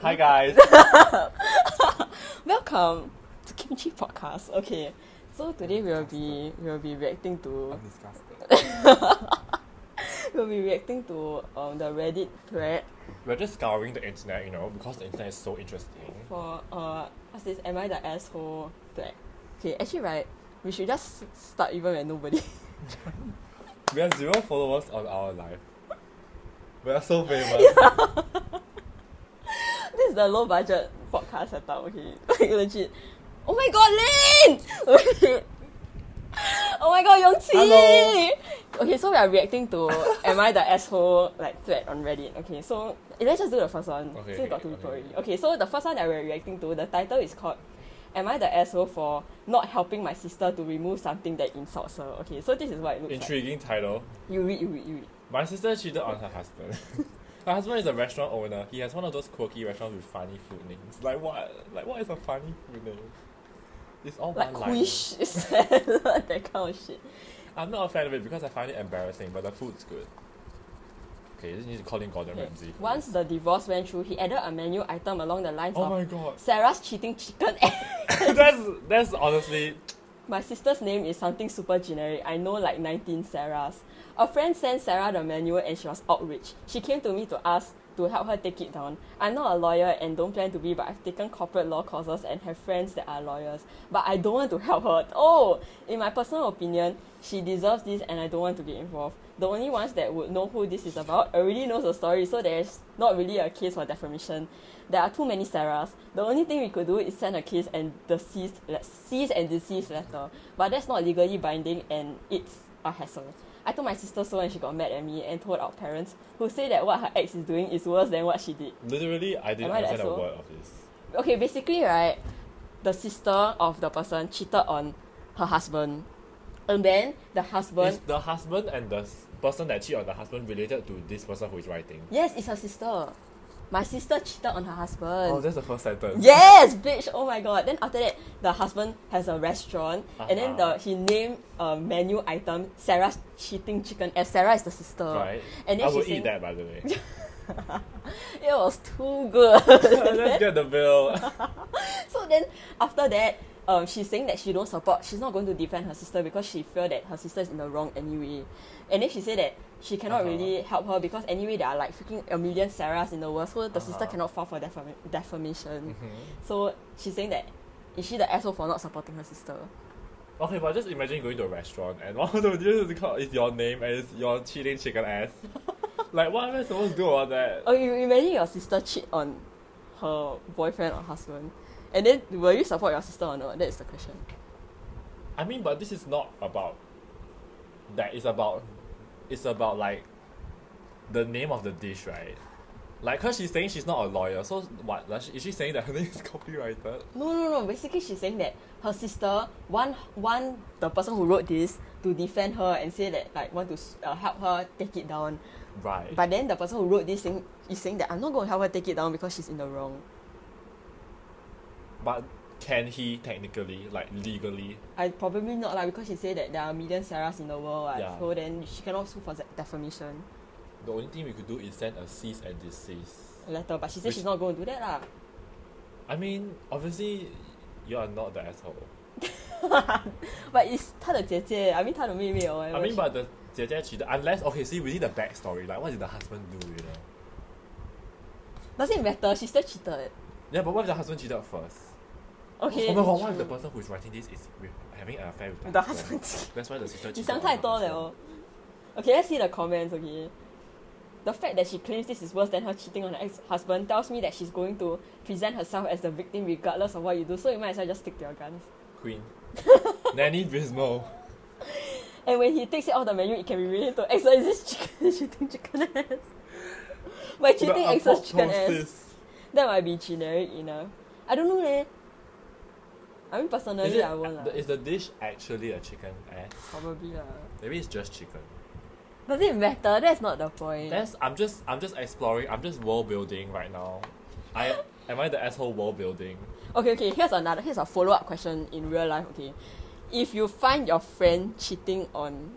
Hi guys. Welcome to Kimchi Podcast. Okay, so today we'll be we'll be reacting to I'm disgusted. we'll be reacting to um, the Reddit thread We're just scouring the internet, you know, because the internet is so interesting. for uh what's this? Am I the asshole thread? Okay, actually, right, we should just start even when nobody. We have zero followers on our life. We are so famous. this is the low budget podcast setup. Okay, like legit. Oh my god, Lin! oh my god, Yongqi! Hello. Okay, so we are reacting to Am I the Asshole like thread on Reddit. Okay, so eh, let's just do the first one. Okay, so we got okay, two people okay. already. Okay, so the first one that we're reacting to, the title is called Am I the Asshole for Not Helping My Sister to Remove Something That Insults Her? Okay, so this is what it looks like. Intriguing title. You read, you read, you read. My sister cheated on her husband. her husband is a restaurant owner. He has one of those quirky restaurants with funny food names. Like what? Like what is a funny food name? It's all Like one line. quiche salad, that kind of shit. I'm not a fan of it because I find it embarrassing, but the food's good. Okay, this needs to call in Gordon Okay. Ramsay. for Once this. the divorce went through, he added a menu item along the lines Oh of my god. Sarah's cheating chicken. that's that's honestly my sister's name is something super generic. I know like 19 Sarahs. A friend sent Sarah the menu and she was outraged. She came to me to ask to help her take it down. I'm not a lawyer and don't plan to be, but I've taken corporate law courses and have friends that are lawyers. But I don't want to help her. Oh, in my personal opinion, she deserves this and I don't want to get involved. The only ones that would know who this is about already knows the story, so there's not really a case for defamation. There are too many Sarahs. The only thing we could do is send a case and deceased, le- cease and desist letter, but that's not legally binding and it's a hassle. I told my sister so and she got mad at me and told our parents, who say that what her ex is doing is worse than what she did. literally I didn't Am I the understand a asshole? word of this. Okay, basically, right, the sister of the person cheated on her husband, and then the husband. Is the husband and the s- person that cheat on the husband related to this person who is writing? Yes, it's her sister. My sister cheated on her husband. Oh, that's the first sentence. Yes, bitch. Oh my god. Then after that, the husband has a restaurant, and then Uh-huh. the he named a menu item Sarah's cheating chicken. As Sarah is the sister, ah, Right. and then I she will eat saying- that by the way. It was too good. Let's get the bill. so then after that, um, she's saying that she don't support. She's not going to defend her sister because she feel that her sister is in the wrong anyway. And then she said that she cannot Uh-huh. really help her because anyway there are like freaking a million Sarahs in the world, so the sister Uh-huh. cannot file for defam- defamation. Mhm. So she's saying that is she the asshole for not supporting her sister? okay, but just imagine going to a restaurant and one of the dishes is called is your name and it's your cheating chicken ass. like what am I supposed to do about that? Oh, you imagine your sister cheat on her boyfriend or husband, and then will you support your sister or not? That is the question. I mean, but this is not about that. It's about it's about like the name of the dish, right? Like, cause she's saying she's not a lawyer, so what? does she- Is she saying that her name is copyrighted? No, no, no. Basically, she's saying that her sister want want the person who wrote this to defend her and say that like want to s- uh, help her take it down. Right. But then the person who wrote this thing is saying that I'm not going to help her take it down because she's in the wrong. But can he technically, like legally? I probably not like because she said that there are a million Sarahs in the world, like, Yeah. so then she cannot sue for def- defamation The only thing we could do is send a cease and desist. letter. But she said Which- she's not going to do that lah. I mean, obviously, you are not the asshole. But it's 她的姐姐 I mean 她的妹妹 or whatever. I mean, but the 姐姐 unless okay, see, we need the backstory. Like, what did the husband do? You know? does it matter? She still cheated. Yeah, but what if the husband cheated first? Okay. oh my god, what if the person who is writing this is with, having an affair with The husband. That's why the sister cheated. on her husband. 你想太多了。Okay, let's see the comments. Okay. The fact that she claims this is worse than her cheating on her ex-husband tells me that she's going to present herself as the victim regardless of what you do. So you might as well just stick to your guns. Queen. Nanny Bismo. And when he takes it out of the menu, it can be related to ex. Is this chicken cheating chicken ass? My cheating ex is chicken ass. Apoptosis. That might be generic enough. I don't know leh. I mean personally Is, it, I ah. won't lah. is the dish actually a chicken ass? Probably lah. Maybe it's just chicken. Does it matter? That's not the point. That's I'm just I'm just exploring. I'm just world building right now. I am I the asshole world building? Okay, okay. Here's another. Here's a follow up question in real life. Okay, if you find your friend cheating on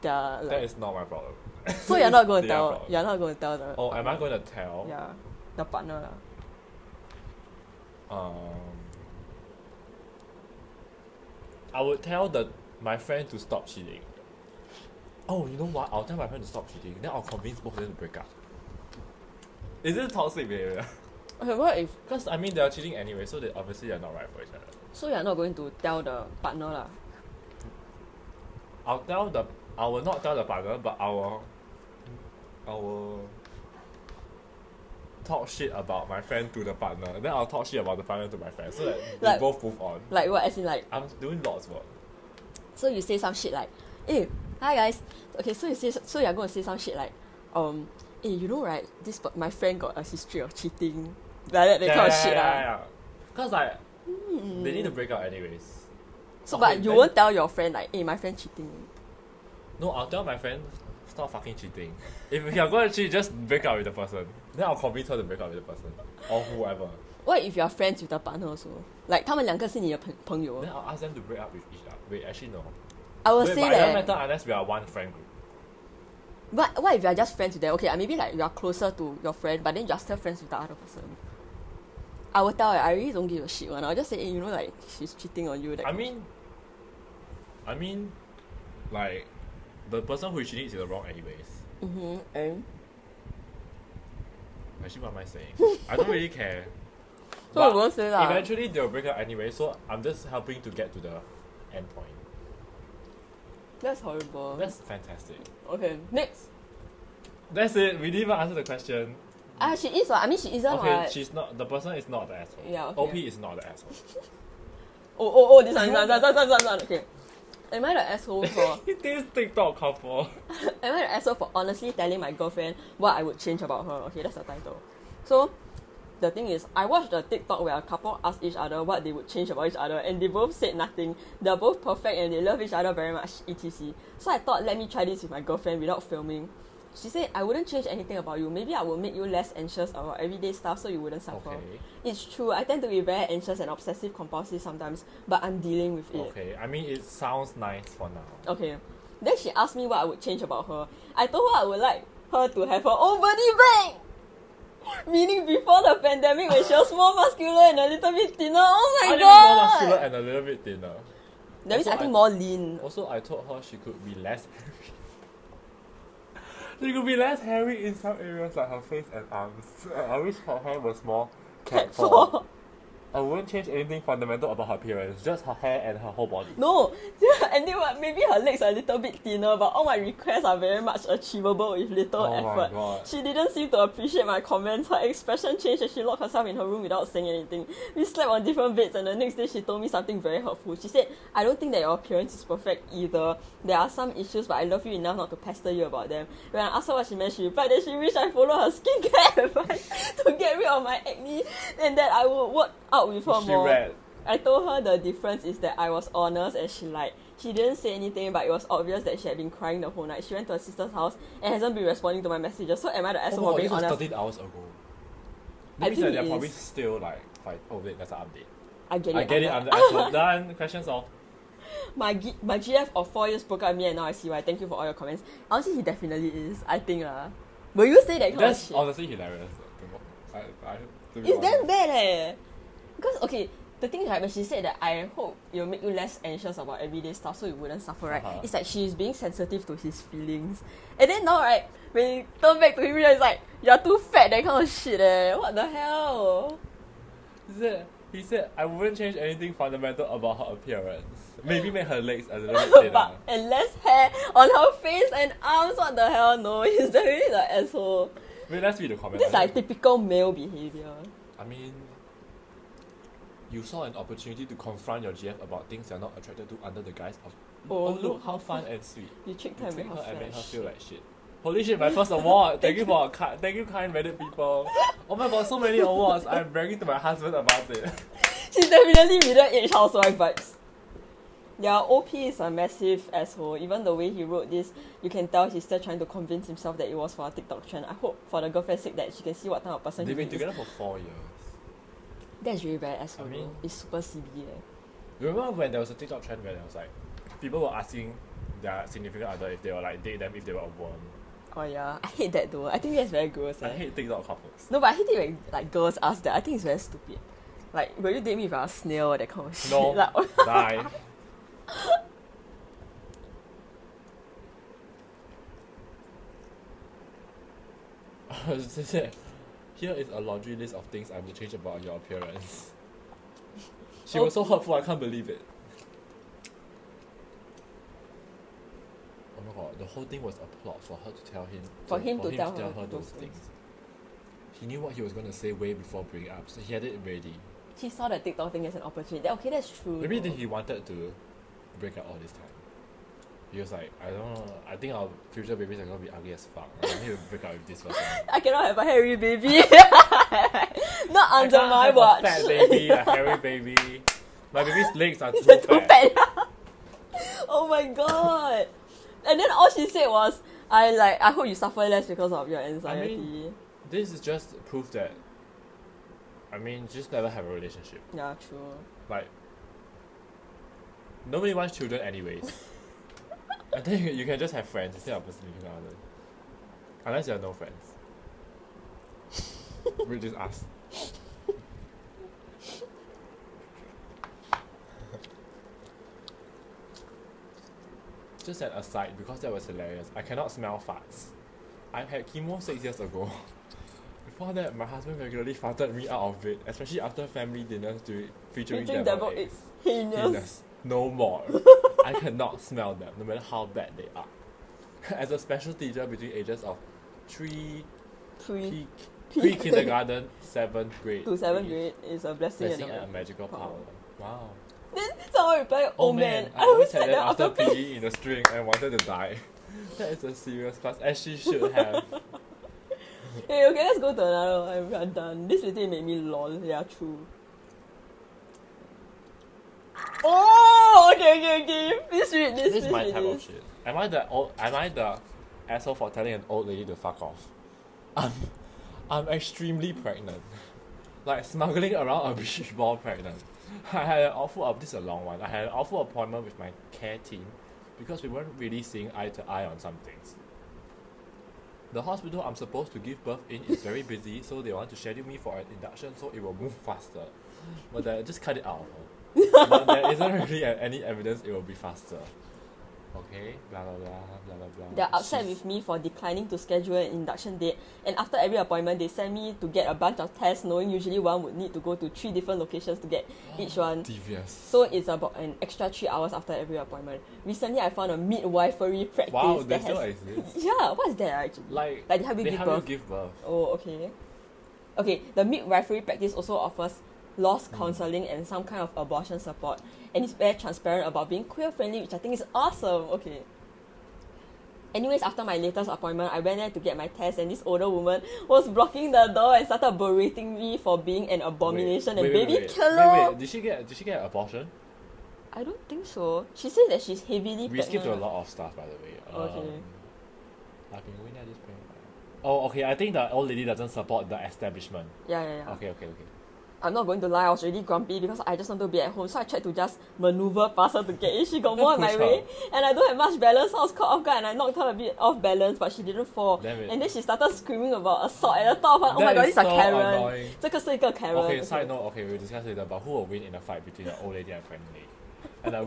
the, That like, is not my problem. so you're not going to their Oh. tell. problem. You're not going to tell the. Oh, am I going to tell? Yeah. the partner lah. Um, I would tell the my friend to stop cheating. Oh, you know what? I'll tell my friend to stop cheating. Then I'll convince both of them to break up. Is this toxic behavior? Okay, what if Because I mean, they are cheating anyway, so they obviously they are not right for each other. so you are not going to tell the partner lah? I'll tell the I will not tell the partner, but I will I will talk shit about my friend to the partner. Then I'll talk shit about the partner to my friend, so that Like- we both move on. Like what? As in like I'm doing lots of work. So you say some shit like, "Hey, hi guys." Okay, so you say so you're going to say some shit like, "Um, hey, you know right? This per- my friend got a history of cheating." Like that, that kind of shit ah. Hmm. lah. Because like they need to break up anyways. So, Okay, but you then- won't tell your friend like, "Hey, my friend cheating." No, I'll tell my friend stop fucking cheating. If you're gonna cheat, just break up with the person. Then I'll convince her to break up with the person or whoever. What if you are friends with the partner also? Like, 他们两个是你的朋朋友。 Then I'll ask them to break up with each other. Wait, actually no. I will Wait, say but it doesn't matter that. unless we are one friend group. But what if you are just friends with them? Okay, uh, maybe like you are closer to your friend, but then you are still friends with the other person. I will tell. eh, I really don't give a shit one. I'll just say, "Hey, you know, like she's cheating on you." That I mean, I mean, like the person who is cheating is in the wrong anyways. hmm and Actually, what am I saying? I don't really care. so ah. But I won't say that. Eventually, they'll break up anyway. So I'm just helping to get to the end point. Oh, That's horrible. That's fantastic. Okay, next. That's it. We didn't even answer the question. Ah, she is what? I mean, she isn't Okay, what? she's not. The person is not the asshole. Yeah, okay. OP is not the asshole. Oh, oh, oh, this one, this one, this one, this one, this one. Okay. Am I the asshole for? this TikTok couple. am I the asshole for honestly telling my girlfriend what I would change about her? Okay, that's the title. So, the thing is, I watched a TikTok where a couple asked each other what they would change about each other, and they both said nothing. They're both perfect and they love each other very much, etc. So I thought, let me try this with my girlfriend without filming. She said, I wouldn't change anything about you. Maybe I would make you less anxious about everyday stuff so you wouldn't suffer. Okay. It's true. I tend to be very anxious and obsessive compulsive sometimes, but I'm dealing with it. Okay. I mean, it sounds nice for now. Okay. Then she asked me what I would change about her. I told her I would like her to have her own body back. Meaning before the pandemic when she was more muscular and a little bit thinner. Oh my I god! more muscular and a little bit thinner. that means Also, I think I- more lean. Also, I told her she could be less hairy. she could be less hairy in some areas like her face and arms. I wish her hair was more cat form. I wouldn't change anything fundamental about her appearance, just her hair and her whole body. No, and then what? Maybe her legs are a little bit thinner, but all my requests are very much achievable with little Oh my effort. God. She didn't seem to appreciate my comments. Her expression changed as she locked herself in her room without saying anything. We slept on different beds, and the next day she told me something very hurtful. She said, "I don't think that your appearance is perfect either. There are some issues, but I love you enough not to pester you about them." When I asked her what she meant, she replied that she wished I follow her skincare advice to get rid of my acne, and that I would work out with her She more. read. I told her the difference is that I was honest and she lied. She didn't say anything, but it was obvious that she had been crying the whole night. She went to her sister's house and hasn't been responding to my messages. So am I the Oh asshole my for God, this being was honest? 13 hours ago. I Maybe think that it they're probably is. still like fight. Oh wait, that's an update. I get it. I get it. I'm the asshole. Done. Questions off. my G- my GF of four years broke up with me, and now I see why. Thank you for all your comments. Honestly, he definitely is. I think lah. Will you say that kind That's of shit? honestly hilarious. to- I, I, to be It's damn honest. bad eh. Because okay, the thing is like when she said that I hope it'll make you less anxious about everyday stuff so you wouldn't suffer, right? Uh-huh. It's like she's being sensitive to his feelings. And then now right, when you turn back to him, it's like you're too fat, that kind of shit eh. What the hell? He said, he said, I wouldn't change anything fundamental about her appearance. Maybe make her legs a little bit thinner. but and less hair on her face and arms, what the hell? No, he's definitely the asshole. Wait, let's read the comment. This is I like think- typical male behavior. I mean, you saw an opportunity to confront your GF about things you're not attracted to under the guise of, Oh, oh, look look, how fun and sweet. You tricked her You and made tricked her, her and made feel like her shit. feel like shit. Holy shit, my first award. Thank you for ki- thank you kind minded people. Oh my god, so many awards. I'm bragging to my husband about it. She's definitely middle aged housewife vibes. Yeah, OP is a massive asshole. Even the way he wrote this, you can tell he's still trying to convince himself that it was for a TikTok trend. I hope for the girlfriend's sake that she can see what type of person They've he been is. together for four years. That's really bad asshole. I mean- though. it's super CB. Eh. You remember when there was a TikTok trend where there was like people were asking their significant other if they were like date them if they were a worm. Oh yeah, I hate that though. I think that's very gross. I eh. hate TikTok couples. No, but I hate it when like girls ask that. I think it's very stupid. Like, will you date me if I'm a snail or that kind of shit? No, Like, die. Here is a laundry list of things I will change about your appearance. She was so hurtful, I can't believe it. Oh my god, the whole thing was a plot for her to tell him. For him to tell her those those things. things. He knew what he was going to say way before bringing up, so he had it ready. he saw the TikTok thing as an opportunity. Okay, that's true. Maybe though. that he wanted to break up all this time. He was like, I don't know, I think our future babies are gonna be ugly as fuck. I need to break up with this person. I cannot have a hairy baby. Not I under can't my have a watch. fat baby, a hairy baby. My baby's legs are too You're fat. too fat. oh my god. And then all she said was, I like I hope you suffer less because of your anxiety. This is just proof that, I mean, just never have a relationship. yeah, true. Like, nobody wants children anyways. I think you- you can just have friends instead of just living island. Unless you have no friends. Which is us. just an aside, because that was hilarious, I cannot smell farts. I had chemo six years ago. Before that, my husband regularly farted me out of it, especially after family dinners during, featuring Featuring devil devil eggs. it's heinous. Goodness, No more. I cannot smell them, no matter how bad they are. As a special teacher between ages of three Pre pre, pre kindergarten, seventh grade, to seventh is grade is a blessing, Blessing and and a a magical power. power. Wow. Then someone replied, Oh, man, I always had said them that after after PE in a string and wanted to die. That is a serious class, as she should have. Hey, okay, let's go to another one. We are done. This literally made me lol. Yeah, true. Oh, okay, okay, okay. Please read this. this is please my read type of this. shit. Am I the old? Am I the asshole for telling an old lady to fuck off? I'm, I'm extremely pregnant, like smuggling around a beach ball pregnant. I had an awful. Up, this is a long one. I had an awful appointment with my care team, because we weren't really seeing eye to eye on some things. The hospital I'm supposed to give birth in is very busy, so they want to schedule me for an induction so it will move faster. But they just cut it out. but there isn't really a- any evidence it will be faster. Okay, blah blah blah blah blah blah. They're upset Jeez. with me for declining to schedule an induction date, and after every appointment, they send me to get a bunch of tests, knowing usually one would need to go to three different locations to get each one. Devious. So it's about an extra three hours after every appointment. Recently, I found a midwifery practice wow, they that still has. exist. Yeah, what's that actually? Like, Like, they help you they give help you birth. give birth. Oh, okay. Okay, the midwifery practice also offers loss Mm. counseling and some kind of abortion support, and it's very transparent about being queer friendly, which I think is awesome. Okay. Anyways, after my latest appointment, I went there to get my test, and this older woman was blocking the door and started berating me for being an abomination Wait, and wait, baby wait, wait. killer. Wait, wait, did she get did she get an abortion? I don't think so. She said that she's heavily We pregnant. skipped a lot of stuff by the way. Okay. Um, I've been going at this point. Oh, okay. I think the old lady doesn't support the establishment. Yeah, yeah, yeah. Okay, okay, okay. I'm not going to lie, I was really grumpy because I just want to be at home. So I tried to just maneuver past her to get in. She got more in my Push way, her. and I don't have much balance. So I was caught off guard and I knocked her a bit off balance, but she didn't fall. Damn it. And then she started screaming about assault at the top of her. Oh my That god, is these are so Karen. annoying. 这个是一个 Karen。 Okay, side note. Okay, we'll discuss later about who will win in a fight between an old lady and a pregnant lady, and a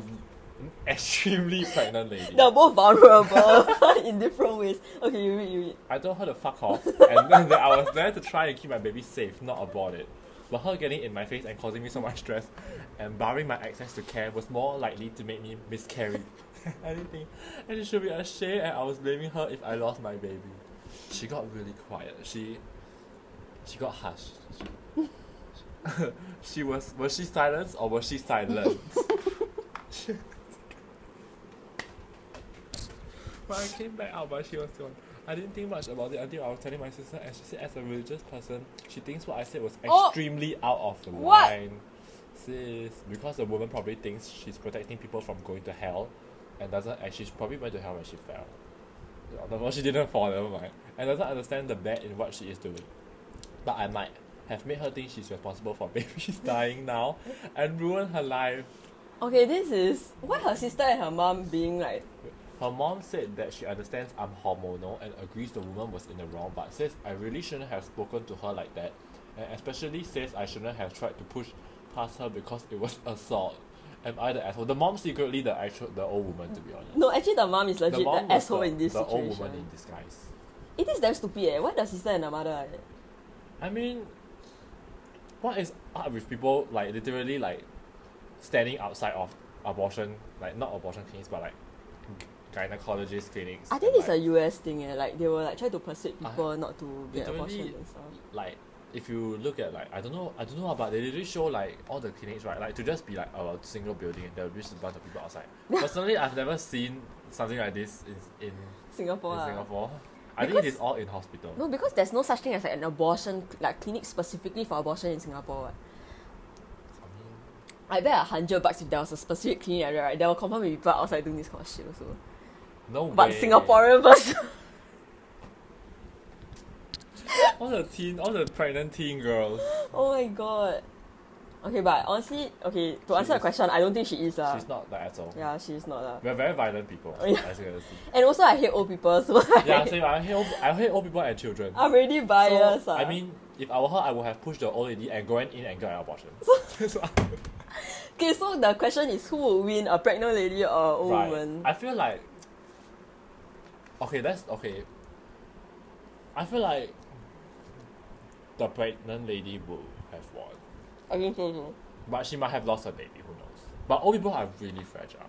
extremely pregnant lady. They're both vulnerable in different ways. Okay, you read, you read. I told her to fuck off, and then that I was there to try and keep my baby safe, not abort it. But her getting in my face and causing me so much stress and barring my access to care was more likely to make me miscarry anything. And it should be a shame, and I was blaming her if I lost my baby. She got really quiet. She she got hushed. She, she was was she silenced or was she silent? Well, I came back out, but she was gone. I didn't think much about it until I was telling my sister, and she said, as a religious person, she thinks what I said was Oh! extremely out of the What? line. Sis, because the woman probably thinks she's protecting people from going to hell, and doesn't, and she's probably went to hell when she fell. No, no, she didn't fall, never mind. And doesn't understand the bad in what she is doing. But I might have made her think she's responsible for babies dying now and ruin her life. Okay, this is why her sister and her mom being like Her mom said that she understands I'm hormonal and agrees the woman was in the wrong, but says I really shouldn't have spoken to her like that, and especially says I shouldn't have tried to push past her because it was assault. Am I the asshole? The mom secretly the actual the old woman to be honest. No, actually, the mom is legit the, mom was asshole in this the situation. old woman in disguise. It is damn stupid. Eh? Why the sister and the mother? Like that? I mean, what is up with people like literally like standing outside of abortion, like not abortion clinics, but like g- gynecologist clinics. I think and, it's a US thing. Eh? Like they will like try to persuade I- people not to get literally- abortion and stuff. like if you look at like I don't know I don't know but they literally show like all the clinics right like to just be like a single building and there'll be just a bunch of people outside. Personally, I've never seen something like this in in, Singapore. in ah. Singapore. I think Because- it's all in hospital. No, because there's no such thing as like, an abortion like clinic specifically for abortion in Singapore. what. I mean, I bet a hundred bucks if there was a specific clinic area, right? There will confirm be people outside doing this kind of shit also. no But way. Singaporean versus all the teen, all the pregnant teen girls. Oh my god. Okay, but honestly, okay, to She answer the is- question, I don't think she is. Uh. She's not the asshole. Yeah, she's not. Uh. We're very violent people. Oh, yeah. As you can see. And also, I hate old people, so Yeah, same. I hate old, I hate old people and children. I'm already So, biased. ah. I mean, if I were her, I would have pushed the old lady and gone in and got an abortion. okay, so the question is who would win, a pregnant lady or a old right. woman? I feel like. Okay, that's okay. I feel like the pregnant lady would have won, I mean, so, so. but she might have lost her baby. Who knows? But old people are really fragile.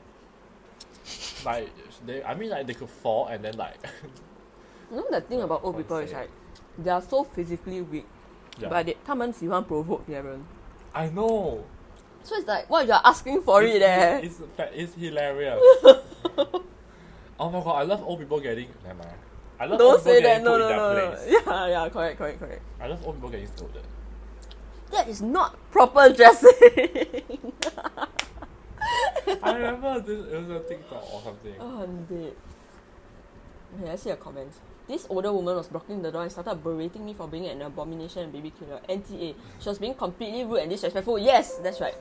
Like they, I mean, like they could fall and then like. You know the thing about old What people is is it? like, they are so physically weak, yeah. but they, 他们喜欢 provoke 别人。 I know. So it's like, what you're asking for it, eh? It's, fa- it's hilarious. oh my god, I love old people getting. Never mind. I love Don't old people say that. getting No, put no, in no, their no. place. Yeah, yeah, correct, correct, correct. I love old people getting scolded. That is not proper dressing. I remember this, it was a TikTok or something. oh, I'm dead. Okay, I see a comment. This older woman was blocking the door and started berating me for being an abomination and baby killer. NTA. She was being completely rude and disrespectful. Yes, that's right.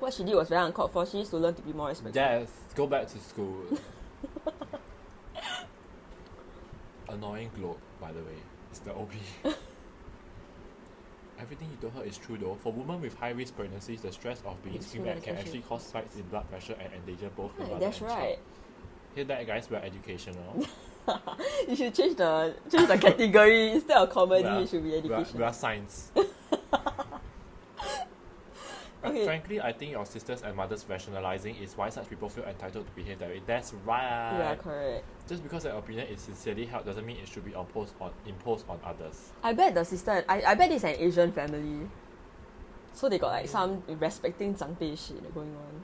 What she did was very uncalled for. She needs to learn to be more respectful. Yes, go back to school. Annoying gloat, by the way. It's the OP. Everything you told her is true though. For women with high risk pregnancies, the stress of being It's screamed true, at can especially- actually cause spikes in blood pressure and endanger both the Right, mother that's and child. right. Hear that, guys? We're educational. You should change the change the category instead of comedy. Well, it should be we, are, education. we are science. But Okay. Frankly, I think your sisters and mothers rationalizing is why such people feel entitled to behave that way. That's right. yeah, correct. Just because an opinion is sincerely held doesn't mean it should be imposed on imposed on others. I bet the sister. I, I bet it's an Asian family. So they got like some respecting 长辈 shit going on.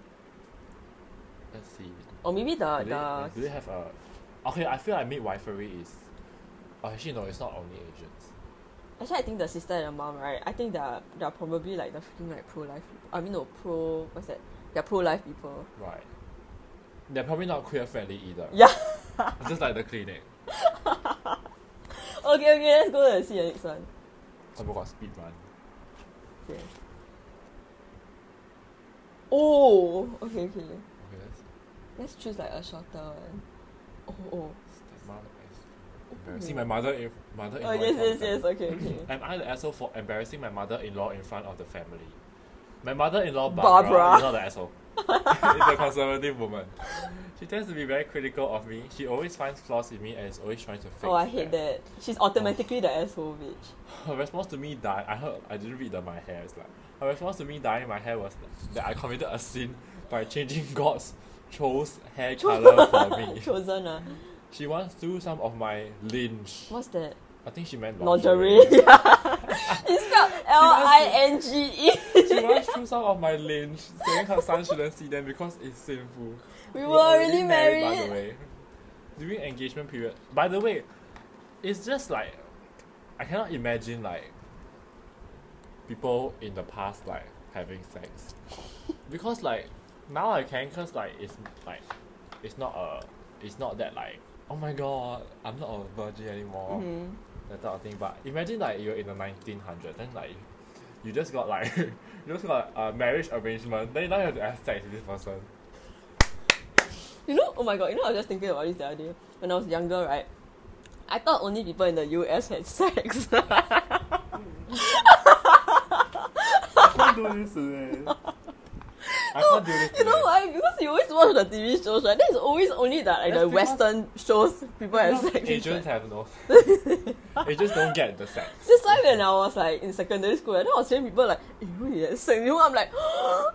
Let's see. Or maybe the do, they, do they the have a? Okay, I feel like midwifery is. Oh, actually, no. It's not only Asians. actually I think the sister and the mom right. I think they're they're probably like the freaking like pro life. I mean no pro what's that? They're pro life people. Right. They're probably not queer friendly either. Yeah. Just like the clinic. Okay okay let's go and see the next one. Oh my god, speed run. Okay. Oh okay okay. Okay, that's Let's choose like a shorter one. Oh oh. stigma is embarrassing. My mother, in mother. Oh yes yes yes okay okay. Am I the asshole for embarrassing my mother-in-law in front of the family? My mother-in-law Barbara, Barbara. is not the asshole. it's a conservative woman. She tends to be very critical of me. She always finds flaws in me and is always trying to fix. Oh I hate that. She's automatically the asshole bitch. Her response to me dying, I heard, I didn't read the my hair. It's like her response to me dyeing my hair was that I committed a sin by changing God's chose hair color for me. Chosen ah. She once threw some of my lynch. What's that? I think she meant Lingerie. Yeah. it's spelled L I N G E. She once threw some of my lynch, saying her son shouldn't see them because it's sinful. We We were already By the married. way, during engagement period. By the way, it's just like I cannot imagine like people in the past like having sex because like now I can cause like it's like it's not a it's not that like oh my god I'm not a virgin anymore Mhm. that type of thing. But imagine like you're in the 1900s, then like you just got like you just got a marriage arrangement, then now you have to have sex with this person. You know, oh my god, you know, I was just thinking about this the other day. When I was younger, right? I thought only people in the US had sex. can't do this today. I can't do this you know today. why? Because you always watch the TV shows, right? Then it's always only that like That's the because- Western shows people have No, sex. with, Asians right? have no. Asians don't get the sex. That's why when I was like in secondary school, and I was seeing people like, "Eh, you know, had sex. You know, I'm like,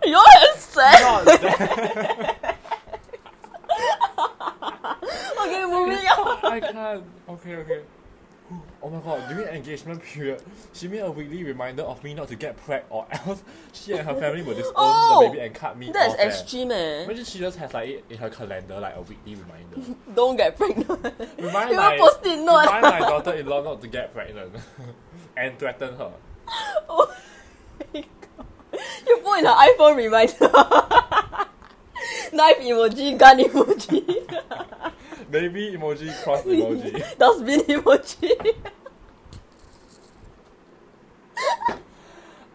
you all had sex. Not that. okay, moving on. I can't. Okay, okay. Oh my god, during engagement period, she made a weekly reminder of me not to get preg or else she and her family will disown Oh, the baby and cut me That's off. eh. extreme, man. Imagine she just has like it in her calendar, like a weekly reminder. Don't get pregnant. Remind you my, will post it note. remind my daughter-in-law not to get pregnant and threaten her. Oh my god. You put in her iPhone reminder. Knife emoji, gun emoji, Baby emoji, cross emoji. dustbin emoji.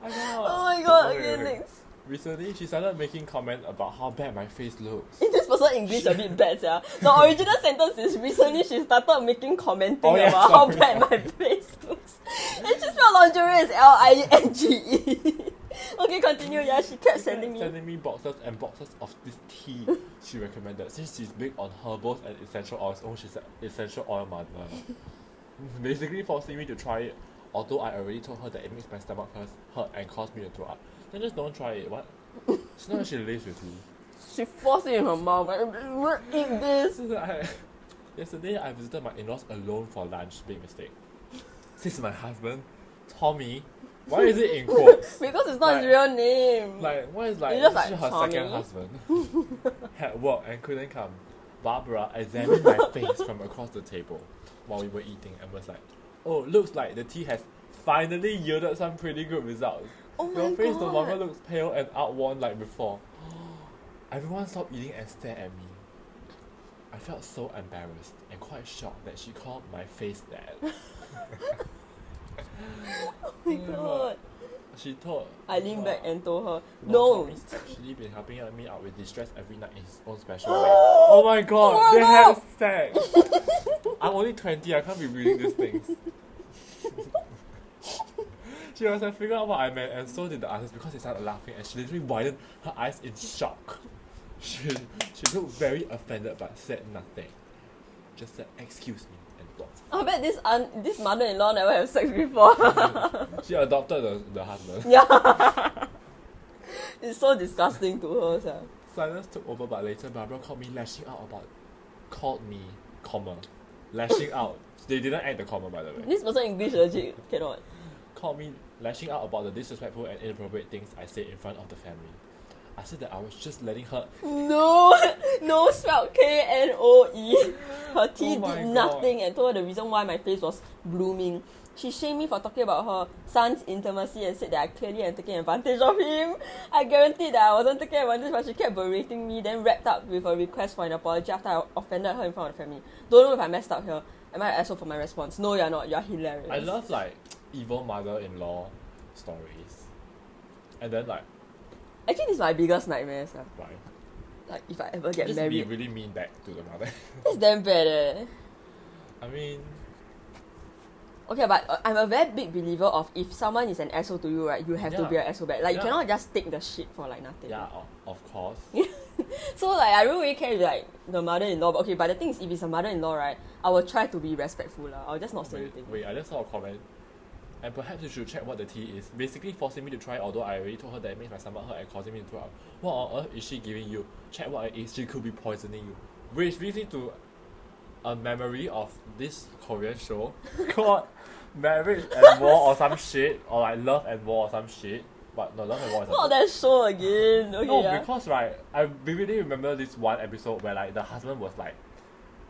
I know. Oh my god, Okay, okay, okay. next. Recently, she started making comment about how bad my face looks. This person English a bit bad, yeah. The original sentence is recently she started making commenting Oh, yeah, about sorry, how bad my face looks. It's just spelled lingerie is L I N G E. Okay, continue. Yeah, she kept sending me. Sending me boxes and boxes of this tea she recommended. Since she's big on herbals and essential oils, oh, she's an essential oil mother. Basically, forcing me to try it. Although I already told her that it makes my stomach hurt, hurt and cause me to throw up. Then just don't try it. What? It's not that she lives with me. She forced it in her mouth. Like, eat this. This is- I- yesterday, I visited my in-laws alone for lunch. Big mistake. Since my husband, Tommy, why is it in quotes? Because it's not Like- his real name. Like, what is like, It's this just is like her second Tommy. husband had work and couldn't come. Barbara examined my face from across the table while we were eating and was like, oh, looks like the tea has finally yielded some pretty good results. oh my Your face god. no longer looks pale and outworn like before. Everyone stopped eating and stared at me. I felt so embarrassed and quite shocked that she called my face that. Oh my god. She thought I leaned back and told her, No, no. Tommy's actually been helping me out with distress every night in his own special way. Oh my god, they have sex! I'm only 20, I can't be reading these things. she was like, figure out what I meant, and so did the others because they started laughing, and she literally widened her eyes in shock. She, she looked very offended but said nothing. Just said, excuse me, and walked. I bet this aunt, this mother-in-law never have sex before. She adopted the, the husband. yeah. it's so disgusting to her, sir. Silence took over, but later Barbara called me lashing out about called me comma lashing out. They didn't add the comma by the way. This person English legit cannot. Called me lashing out about the disrespectful and inappropriate things I said in front of the family. I said that I was just letting her. No, no spelled K N O E. Her tea Oh my did God. nothing and told her the reason why my face was blooming. She shamed me for talking about her son's intimacy and said that I clearly am taking advantage of him. I guaranteed that I wasn't taking advantage, but she kept berating me, then wrapped up with a request for an apology after I offended her in front of the family. Don't know if I messed up here. Am I an asshole for my response? No, you're not. You're hilarious. I love like evil mother-in-law stories, and then like Actually, this is my biggest nightmare. Sir. why Like, if I ever get just be married, really mean back to the mother. it's damn bad. Eh? I mean, Okay, but uh, I'm a very big believer of if someone is an asshole to you, right, you have to Yeah. be an asshole back. Like you Yeah. cannot just take the shit for like nothing. yeah, of, of course. So like I don't really care if like the mother-in-law. But okay, but the thing is, if it's a mother-in-law, right, I will try to be respectful lah. I'll just not say Wait, anything. wait, I just saw a comment. And perhaps you should check what the tea is. Basically forcing me to try, although I already told her that it makes my stomach hurt and causing me to throw up. What on earth is she giving you? Check what it is, she could be poisoning you. Which leads me to a memory of this Korean show called Marriage and War or some shit. Or like Love and War or some shit. But no, Love and War is a Not book. that show again. Okay, No, Oh, yeah. because right, I vividly remember this one episode where like the husband was like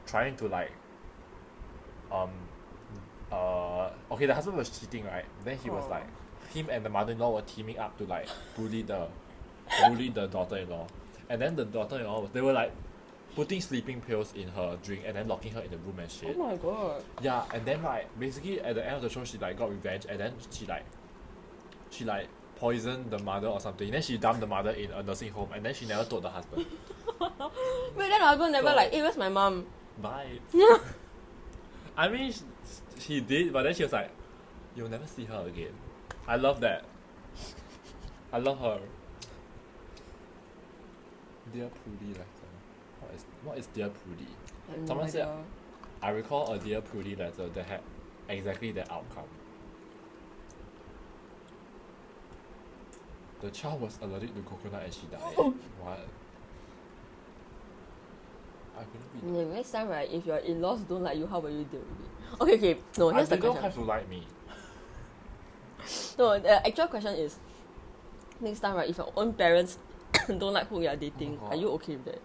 trying to like um uh okay the husband was cheating right. Then he was Oh. like him and the mother in law were teaming up to like bully the bully the daughter in law. And then the daughter in law was they were like putting sleeping pills in her drink and then locking her in the room and shit. Oh my god. Yeah, and then like basically at the end of the show, she like got revenge, and then she like, she like poisoned the mother or something. Then she dumped the mother in a nursing home, and then she never told the husband. Wait, then husband never So- like, hey, where's my mom? Bye. Yeah. I mean, she, she did, but then she was like, "You'll never see her again." I love that. I love her. Dear Prudy, letter. What is what is dear Prudy? Someone said- I recall a dear Prudy letter that had exactly that outcome. The child was allergic to coconut and she died. Oh. what? I couldn't be. Yeah, next time, right, if your in laws don't like you, how will you deal with it? Okay, okay. No, I Oh, here's the they don't question. have to like me. No, the actual question is next time, right, if your own parents don't like who you're dating, Oh God. are you okay with that?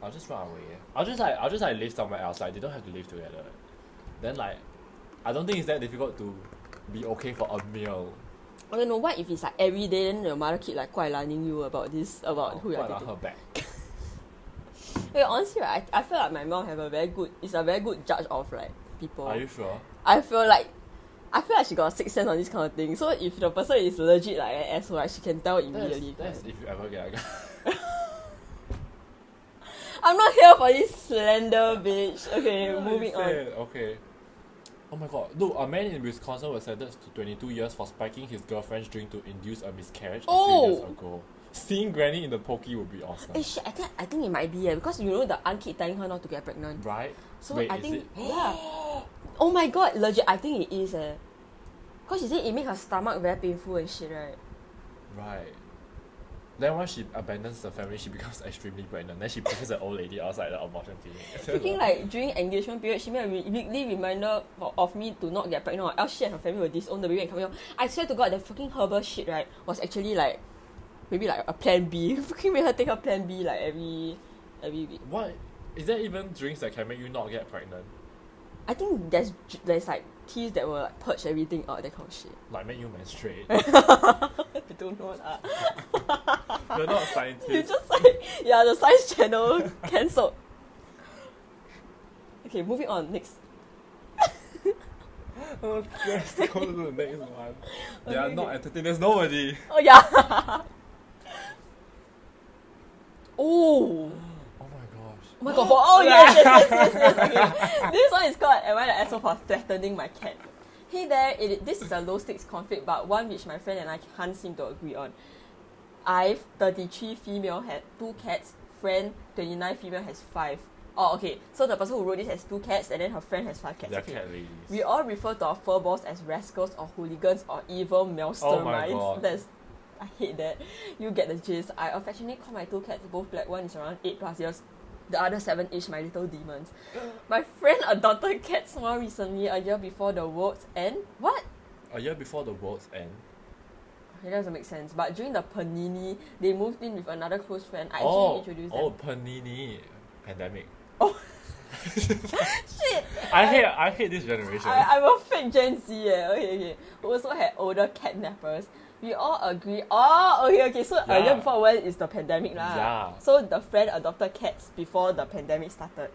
I'll just run away. I'll just like I'll just like live somewhere else. Like they don't have to live together. Then like, I don't think it's that difficult to be okay for a meal. Okay, no, what if it's like every day, then your mother keep like quite lying you about this, about Oh, who you're quite like dating? her back. Wait, honestly, right, I, I feel like my mom have a very good, is a very good judge of like people. Are you sure? I feel like I feel like she got a sixth sense on this kind of thing. So if the person is legit like an asshole, like, she can tell That's, immediately. that's if you ever get a guy. I'm not here for this slender bitch. Okay, Yeah, moving you on. said, Okay. Oh my god. Look, a man in Wisconsin was sentenced to 22 years for spiking his girlfriend's drink to induce a miscarriage a few Oh. years ago. Seeing Granny in the pokey would be awesome. Eh, shit, I think I think it might be yeah, because you know the aunt keep telling her not to get pregnant. Right? So Wait, I is think it? yeah. Oh my god, legit, I think it is eh. Cause she said it make her stomach very painful and shit, right? Right. Then once she abandons the family, she becomes extremely pregnant. Then she pushes an old lady outside the abortion clinic. Freaking like during engagement period, she made a re- weekly reminder for, of me to not get pregnant, or else she and her family will disown the baby and come here. I swear to God, the fucking herbal shit right was actually like maybe like a plan B. fucking made her take her plan B like every every week. What? Is there even drinks that can make you not get pregnant? I think there's j- there's like teas that will like purge everything out that kind of shit. Like make you menstruate? I don't know lah. They're not You scientists. just like yeah, the science channel cancelled. Okay, moving on next. Let's go to the next one. They are Okay, not okay. entertaining. There's nobody. Oh yeah. oh. Oh my gosh. Oh my god, for, oh yes, yes, yes, yes, yes. Okay. this one is called Am I the Asshole for Threatening My Cat? Hey there, it, this is a low stakes conflict, but one which my friend and I can't seem to agree on. I've 33 female had two cats, friend 29 female has five. Oh, okay, so the person who wrote this has two cats, and then her friend has five cats. They're okay. cat ladies. We all refer to our furballs as rascals or hooligans or evil masterminds. Oh God. That's I hate that. You get the gist. I affectionately call my two cats both black. One is around eight plus years. The other seven is my little demons. My friend adopted cats more recently, a year before the world's end. What? a year before the world's end. It doesn't make sense. But during the panini, they moved in with another close friend. I actually oh, introduced oh, them. Oh. panini pandemic. Shit! I hate I hate this generation. I, I'm a fake Gen Z, eh. Okay, okay. We also had older catnappers. We all agree. Oh, okay, okay. So a year Yeah. before when is the pandemic, lah. Yeah. So the friend adopted cats before the pandemic started.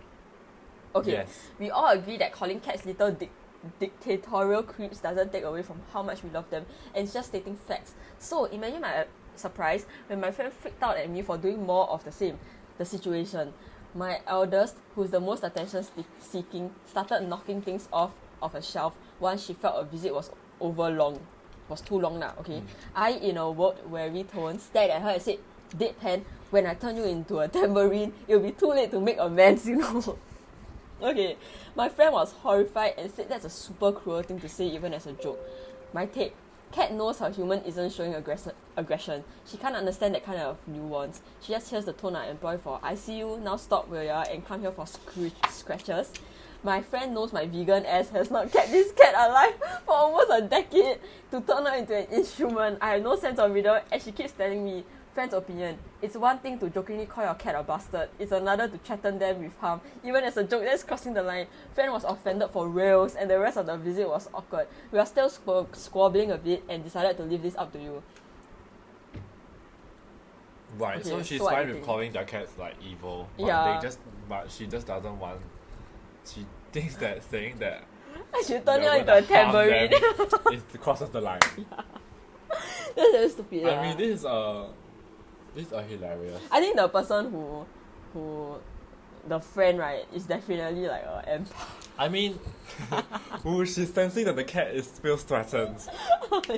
Okay. Yes. We all agree that calling cats little dic- dictatorial creeps doesn't take away from how much we love them, and it's just stating facts. So imagine my uh, surprise when my friend freaked out at me for doing more of the same. The situation. My eldest, who's the most attention sti- seeking, started knocking things off of a shelf once she felt a visit was over long, was too long now. Okay, I in a world weary tone stared at her and said, "Deadpan, when I turn you into a tambourine, it'll be too late to make amends, you know." Okay, my friend was horrified and said that's a super cruel thing to say, even as a joke. My take Cat knows her human isn't showing aggress- aggression. She can't understand that kind of nuance. She just hears the tone I employ for I see you, now stop where you are, and come here for scr- scratches. My friend knows my vegan ass has not kept this cat alive for almost a decade to turn her into an instrument. I have no sense of riddle, and she keeps telling me, friend's opinion, it's one thing to jokingly call your cat a bastard, it's another to threaten them with harm. Even as a joke, that's crossing the line. Friend was offended for reals, and the rest of the visit was awkward. We are still squab- squabbling a bit and decided to leave this up to you. Right. so okay, she's so what fine you with think? calling their cats like evil. But Yeah. They just but she just doesn't want. She thinks that saying that I should turn they're her into gonna a harm tambourine. them is crosses the line. That's very stupid. I lah. mean, this is uh, this are hilarious. I think the person who, who, the friend right is definitely like a empath. I mean, ooh, she's sensing that the cat is feels threatened.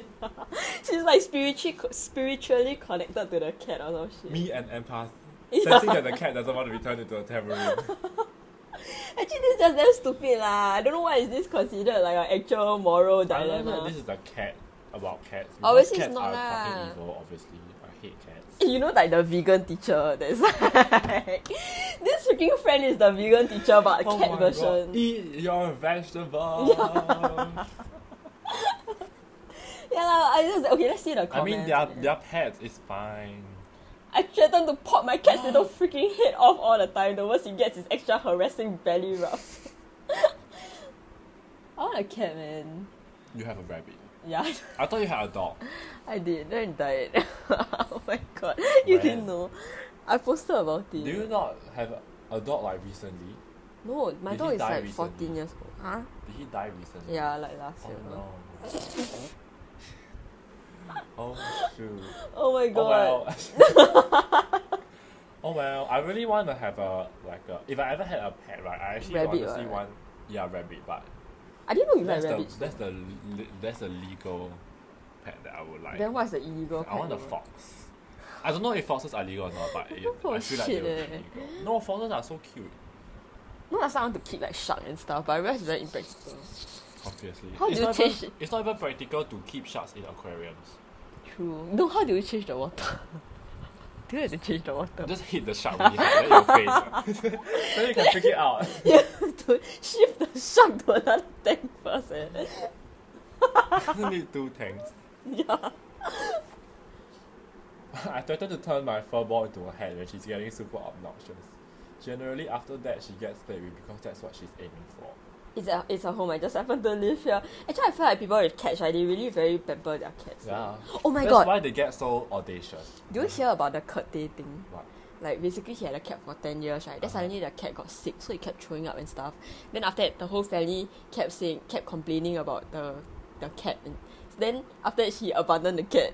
She's like spiritually spiritually connected to the cat or some shit. Me and empath Yeah. sensing that the cat doesn't want to be turned into a tamarind. Actually, this is just damn stupid lah. I don't know why is this considered like an actual I moral love dilemma. that this is a cat about cats. because Obviously it's cats Oh, not are lah. fucking evil. Obviously, I hate cats. Eh, You know, like the vegan teacher. That's like this freaking friend is the vegan teacher, but Oh cat my version. God. Eat your vegetables. Yeah, lah. I just okay. Let's see the I comments. mean, their their pets is fine. I threaten to pop my cat's little freaking head off all the time. The worst he gets is extra harassing belly rubs. I want a cat, man. You have a rabbit. Yeah, I thought you had a dog. I did. Then it died. oh my god, you When? didn't know. I posted about it. Do you not have a dog like recently? No, Did my he dog is die like recently? 14 years old. Huh? Did he die recently? Yeah, like last Oh year. no. oh shoot. Oh my Oh god. well. oh well. I really want to have a like a. If I ever had a pet, right? I actually Rabbit, honestly right? want. Yeah, rabbit, but I didn't know you like that's the, rabbits. that's the le- that's the legal pet that I would like. Then what's the illegal I want a kind? fox. I don't know if foxes are legal or not, but it, Oh, I feel like they shit, would eh. be legal. No, foxes are so cute. No, last time I want to keep like shark and stuff, but I realized it's very impractical. Obviously, How do it's you not change- Even, it's not even practical to keep sharks in aquariums. True. No, how do you change the water? do you have to change the water? Just hit the shark really hard, then your face. then you can pick it out. you have to shift the shark to another tank first. Eh? You need two tanks. Yeah. I threatened to turn my fur ball into a head when she's getting super obnoxious. Generally, after that, she gets played with because that's what she's aiming for. It's a, it's a home. I just happen to live here. Actually, I feel like people with cats, right, they really very pamper their cats. Yeah. Oh my that's god. why they get so audacious. Do you hear about the Kurt Day thing? What? Like basically he had a cat for ten years, right? Then Uh-huh. suddenly the cat got sick, so he kept throwing up and stuff. Then after that the whole family kept saying kept complaining about the the cat and then after that he abandoned the cat.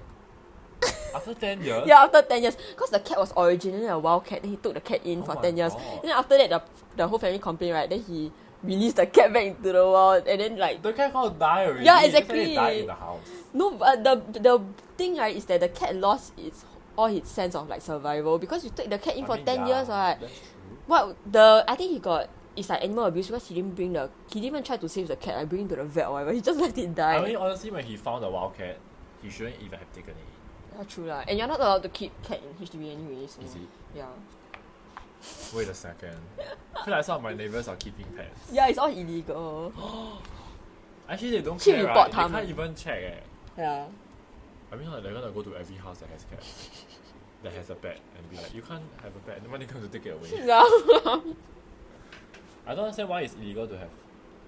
After 10 years? Yeah, after ten years. Because the cat was originally a wild cat, then he took the cat in Oh for my ten years. God. Then after that the the whole family complained, right? Then he released the cat back into the world and then like The cat can't die already. Yeah, Just let it exactly. die in the house. No, but the the thing right is that the cat lost its all its sense of like survival because you take the cat in I for mean, ten yeah, years, right? That's true. What the I think he got it's like animal abuse because he didn't bring the he didn't even try to save the cat, like bring it to the vet or whatever. He just let it die. I mean, honestly, when he found the wild cat, he shouldn't even have taken it. yeah, true lah. And you're not allowed to keep cat in HDB anyway, so Is it? yeah. Wait a second. I feel like some of my neighbors are keeping pets. Yeah, it's all illegal. Actually, they don't Should care, report right? They 他们。 can't even check, eh. Yeah. I mean, like, they're gonna go to every house that has cats, that has a pet, and be like, you can't have a pet. Nobody comes to take it away. Yeah. I don't understand why it's illegal to have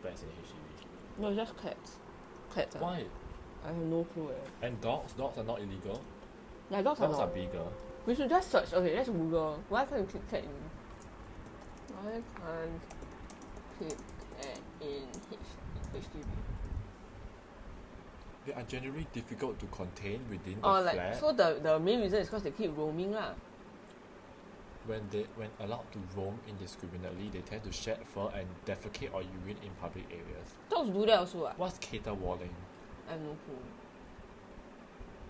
pets in HDB. no, just cats. Cats. ah. Why? I have no clue. Eh. And dogs? Dogs are not illegal. Yeah, dogs are Dogs are not. bigger. We should just search. Okay, let's Google. Why can't you keep cat in? Why can't keep cat in H- HDB? They are generally difficult to contain within the Or Oh, like flat so the the main reason is because they keep roaming lah. when they when allowed to roam indiscriminately. They tend to shed fur and defecate or urine in public areas. Dogs do that also. ah. What's caterwauling? I have no clue.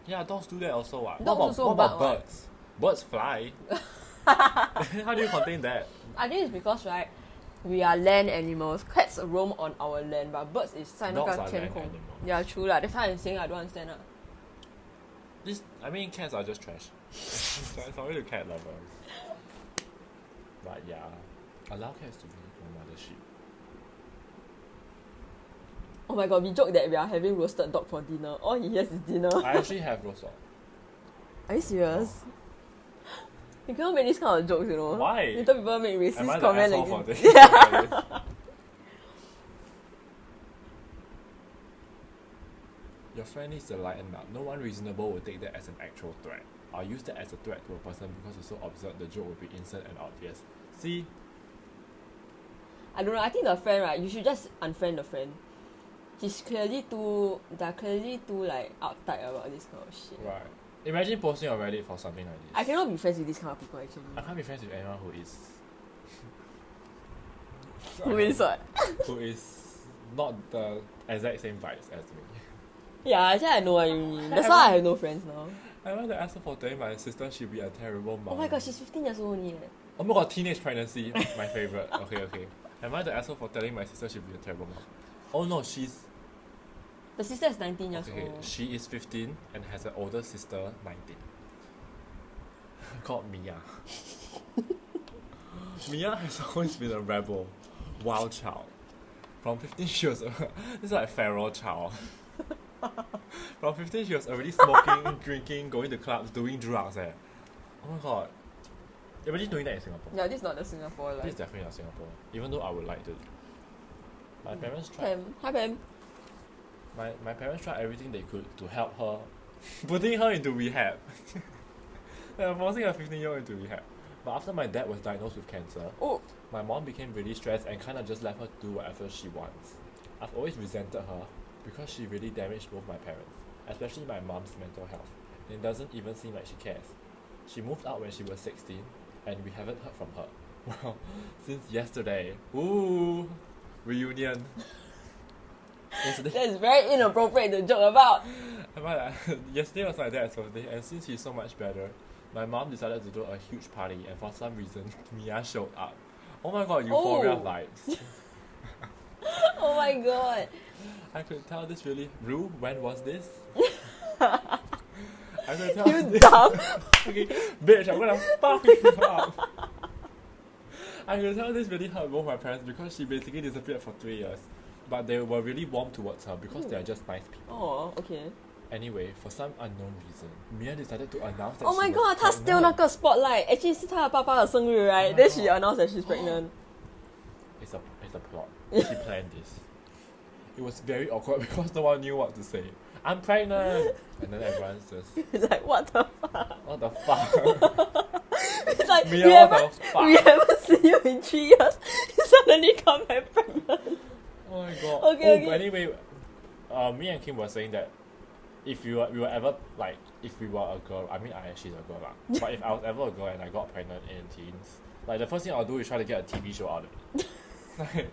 Yeah, dogs do that also. What? Dogs what about, also what about bark, what? birds? Birds fly. How do you contain that? I think it's because right, we are land animals. Cats roam on our land, but birds is Dogs are land 在那个天空。 animals. Yeah, true lah. That's why I'm saying I don't understand lah. This, I mean, cats are just trash. Sorry- Sorry to cat lovers. But yeah, allow cats to be on mothership. Oh my god, we joke that we are having roasted dog for dinner. All he has is dinner. I actually have roast dog. Are you serious? You cannot make this kind of jokes, you know. Why? Later people make Am I racist the comment asshole for like this? this. Your friend needs to lighten up. No one reasonable will take that as an actual threat. I'll use that as a threat to a person because it's so absurd the joke will be instant and obvious. See, I don't know. I think the friend, right? You should just unfriend the friend. He's clearly too. They're clearly too like uptight about this kind of shit. Right. Imagine posting on Reddit for something like this. I cannot be friends with these kind of people I actually. can't be friends with anyone who is. Who is what? Who is not the exact same vibes as me. Yeah, actually I know what you mean. That's why I have no friends now. I want to ask her for dating my sister. She'd be a terrible mom. Oh my god, she's 15 years old only. eh. Oh my god, teenage pregnancy, my favorite. Okay, okay. Am I the asshole for telling my sister she'd be a terrible mom? Oh no, she's The sister is 19 years okay. old. She is fifteen and has an older sister, nineteen. Called Mia. Mia has always been a rebel, wild child. From fifteen, she was a, this is like feral child. From fifteen, she was already smoking, drinking, going to clubs, doing drugs. Eh. Oh my god! Everybody's doing that in Singapore. Yeah, this is not the Singapore This like. is definitely not Singapore. Even though I would like to. My parents tried. Pam. Hi Pam. My, my parents tried everything they could to help her, putting her into rehab. they were forcing a 15 year old into rehab. But after my dad was diagnosed with cancer, Oh, my mom became really stressed and kind of just left her do whatever she wants. I've always resented her because she really damaged both my parents, especially my mom's mental health. And it doesn't even seem like she cares. She moved out when she was 16, and we haven't heard from her. Well, since yesterday. Ooh, reunion. yesterday, that is very inappropriate to joke about. am I like- yesterday was my dad's birthday, and since he's so much better, my mom decided to do a huge party, and for some reason, Mia showed up. Oh my god, euphoria Oh. vibes. Oh my god. I could tell this really. Rue, when was this? I could tell You this. dumb. Okay, bitch, I'm gonna fuck you up. I could tell this really hurt both my parents because she basically disappeared for three years. But they were really warm towards her Hmm. because they are just nice people. Oh, okay. Anyway, for some unknown reason, Mia decided to announce that Oh she my was god, 她 steal pregnant. Oh 那个 spotlight. Actually 是她的爸爸的生日 right? my Then she god. announced that she's pregnant. It's a it's a plot. She planned this. It was very awkward because no one knew what to say. I'm pregnant, and then everyone's just It's like what the fuck? what the fuck. It's like Mia, we what haven't the fuck? we haven't seen you in three years. You suddenly come back pregnant. Oh my god. Okay, oh, okay. But anyway, uh, me and Kim were saying that if you were, we were ever like if we were a girl, I mean I she's a girl lah. but if I was ever a girl and I got pregnant in teens, like the first thing I'll do is try to get a TV show out of it. like,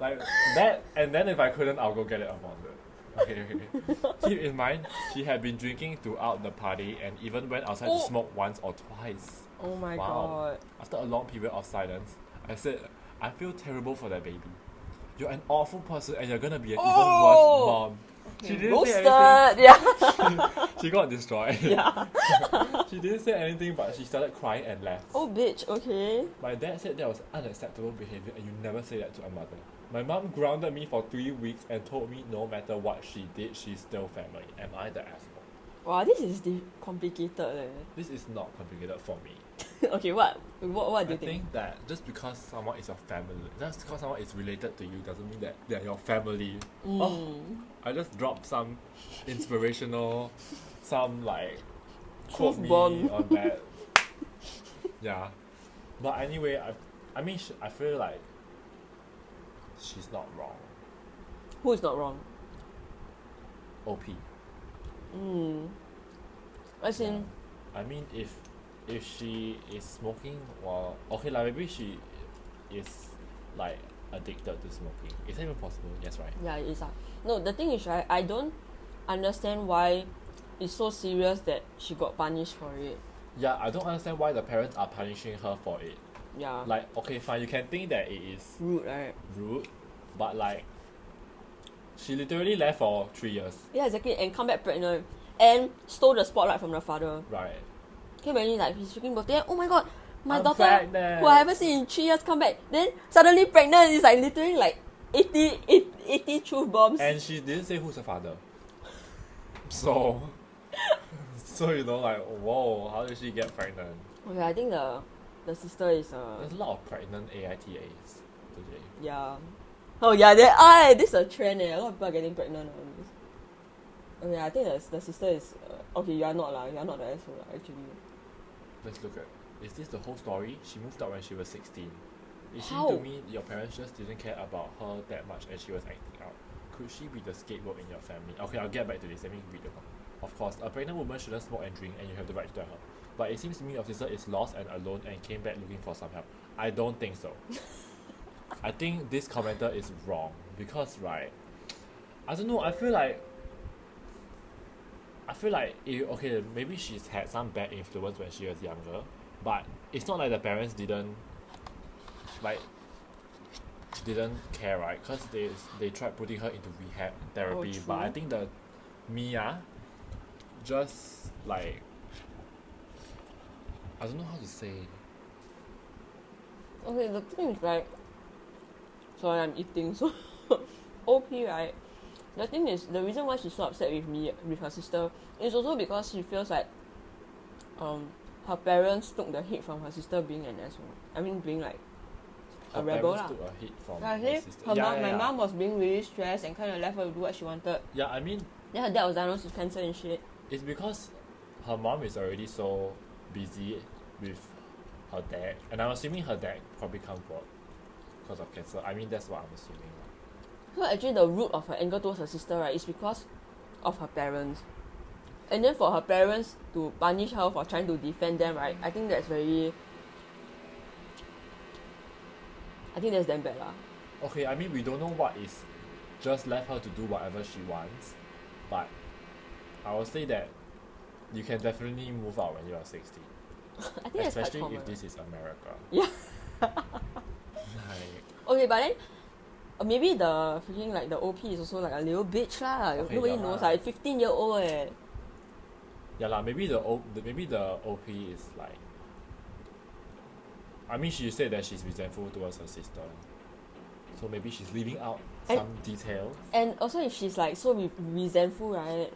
like that, and then if I couldn't, I'll go get it on it. Okay, okay. Keep in mind, she had been drinking throughout the party and even went outside Oh. to smoke once or twice. Oh my Wow. god. After a long period of silence, I said, I feel terrible for that baby. You're an awful person and you're gonna be an Oh! even worse mom. She didn't say anything. Roasted. Yeah. She got destroyed. yeah. she didn't say anything, but she started crying and left. Oh bitch, okay. My dad said that was unacceptable behavior and you never say that to a mother. My mom grounded me for three weeks and told me no matter what she did, she's still family. Am I the asshole? Wow, this is di- complicated leh. This is not complicated for me. okay, what what what I do you think? think that just because someone is your family, just because someone is related to you, doesn't mean that they're your family. Oh, Mm. I just dropped some inspirational, some like quote Truth me bomb. on that. yeah, but anyway, I I mean sh- I feel like she's not wrong. Who is not wrong? Op. Mm. As in I mean if if she is smoking, well, okay like maybe she is like addicted to smoking. Is that even possible? Yes, right. Yeah, it is. ah. No, the thing is, right, I don't understand why it's so serious that she got punished for it. Yeah, I don't understand why the parents are punishing her for it. Yeah. Like, okay, fine, you can think that it is rude, right? rude, but like, she literally left for three years, Yeah, exactly. And come back pregnant and stole the spotlight from the father. right? Can you imagine, like, his freaking birthday? and, Oh my god, my I'm daughter, pregnant." who I haven't seen in three years, come back. Then suddenly pregnant is like literally like 80, 80, 80 truth bombs. And she didn't say who's the father. So, so you know, like, whoa, how did she get pregnant? okay, I think the the sister is uh There's a lot of pregnant AITAs today. yeah. Oh yeah, there are. This is a trend. Eh. A lot of people are getting pregnant on this. Okay, I think the, the sister is uh, okay. You are not lah. You are not the asshole lah, actually. Let's look at. Is this the whole story? She moved out when she was 16. It seemed How? to me your parents just didn't care about her that much and she was acting out. Could she be the scapegoat in your family? Okay, I'll get back to this. Let me read the comment. Of course, a pregnant woman shouldn't smoke and drink, and you have the right to help. But it seems to me your sister is lost and alone and came back looking for some help. I don't think so. I think this commenter is wrong because, right, I don't know, I feel like. I feel like, it, okay, maybe she's had some bad influence when she was younger, but it's not like the parents didn't. Like, didn't care, right? Because they they tried putting her into rehab therapy, Oh, but I true. think the Mia just like I don't know how to say. Okay, the thing is right. Sorry, I'm eating. So, OP right. The thing is, the reason why she's so upset with me with her sister is also because she feels like, um, her parents took the hit from her sister being an asshole. I mean, being like Her A rebel parents lah. took a hit from Like, her I sister. think her yeah, mom, yeah, my yeah. mom was being really stressed and kind of left her to do what she wanted. Yeah, I mean, Then her dad was diagnosed with cancer and shit. it's because her mom is already so busy with her dad, and I'm assuming her dad probably can't work because of cancer. I mean, that's what I'm assuming. lah. So actually, the root of her anger towards her sister right is because of her parents. And then for her parents to punish her for trying to defend them, right? I think that's very. I think that's damn bad lah. Okay, I mean, we don't know what is just left her to do whatever she wants, but I will say that you can definitely move out when you are 60. I think that's quite Especially common. if this is America. Yeah. like, Okay, but then uh, maybe the freaking like the OP is also like a little bitch lah. Okay, Nobody yeah knows lah. like fifteen year old eh. yeah lah, maybe the, o- the maybe the OP is like. I mean, she said that she's resentful towards her sister, so maybe she's leaving out And- some details. And also if she's like so re- resentful, right?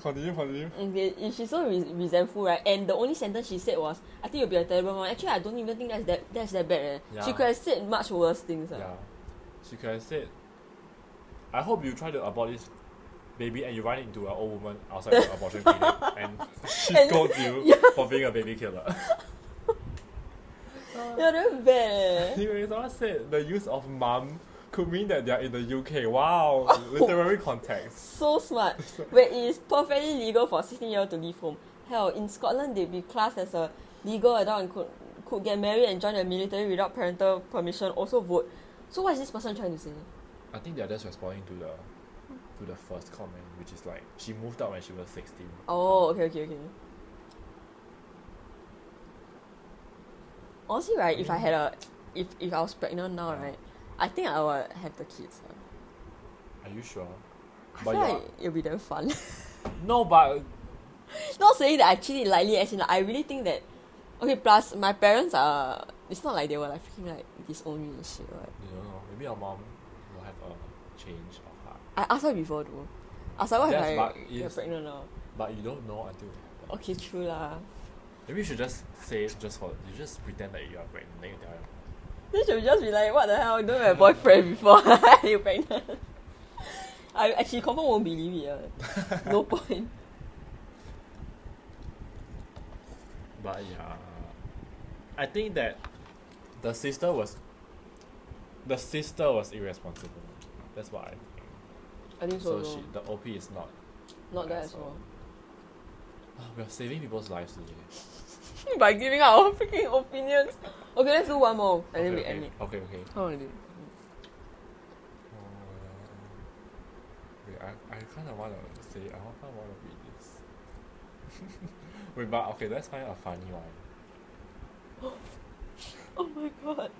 Continue, continue. Okay, if she's so re- resentful, right? And the only sentence she said was, "I think you'll be a terrible mom." Actually, I don't even think that's that that's that bad. Eh. She Yeah. could have said much worse things. eh. Yeah, she could have said, "I hope you try to abort this baby and you run into an old woman outside the abortion clinic and she And- scolds you for being a baby killer." Yeah, that's bad. eh. Anyways, I said the use of mum could mean that they are in the UK. Wow, literary context. so smart. Where it is perfectly legal for sixteen year old to leave home. Hell, in Scotland they'd be classed as a legal adult and could could get married and join the military without parental permission. Also vote. So what is this person trying to say? I think they are just responding to the to the first comment, which is like she moved out when she was sixteen. Oh, okay, okay, okay. Honestly, right, if I had a, if if I was pregnant now, right, I think I would have the kids. ah. Are you sure? I But feel yeah. like it'll be damn fun. No, but not saying that I treat it lightly, as in like, I really think that. Okay, plus my parents are. It's not like they were like freaking like disown me and shit. Right? you don't know. Maybe our mom will have a change of heart, I asked her before though. I was like, what That's if I but get it's- pregnant now? but you don't know until it happens. Okay, true lah. Maybe you should just say it just for you just pretend that you are pregnant. Then you tell them. Then she'll just be like, what the hell, you don't have a boyfriend before you pregnant. I actually confirm won't believe it. ah. No point. But yeah, I think that the sister was the sister was irresponsible. That's what I think. I think so. So no. she, the OP is not. Not that as well. asshole. we are saving people's lives today. By giving our freaking opinions. Okay, let's do one more and then we okay, end it. okay, okay. How do Uh, wait, I, I kind of want to say, I want to want to read this. wait, but okay, let's find a funny one. Oh my god.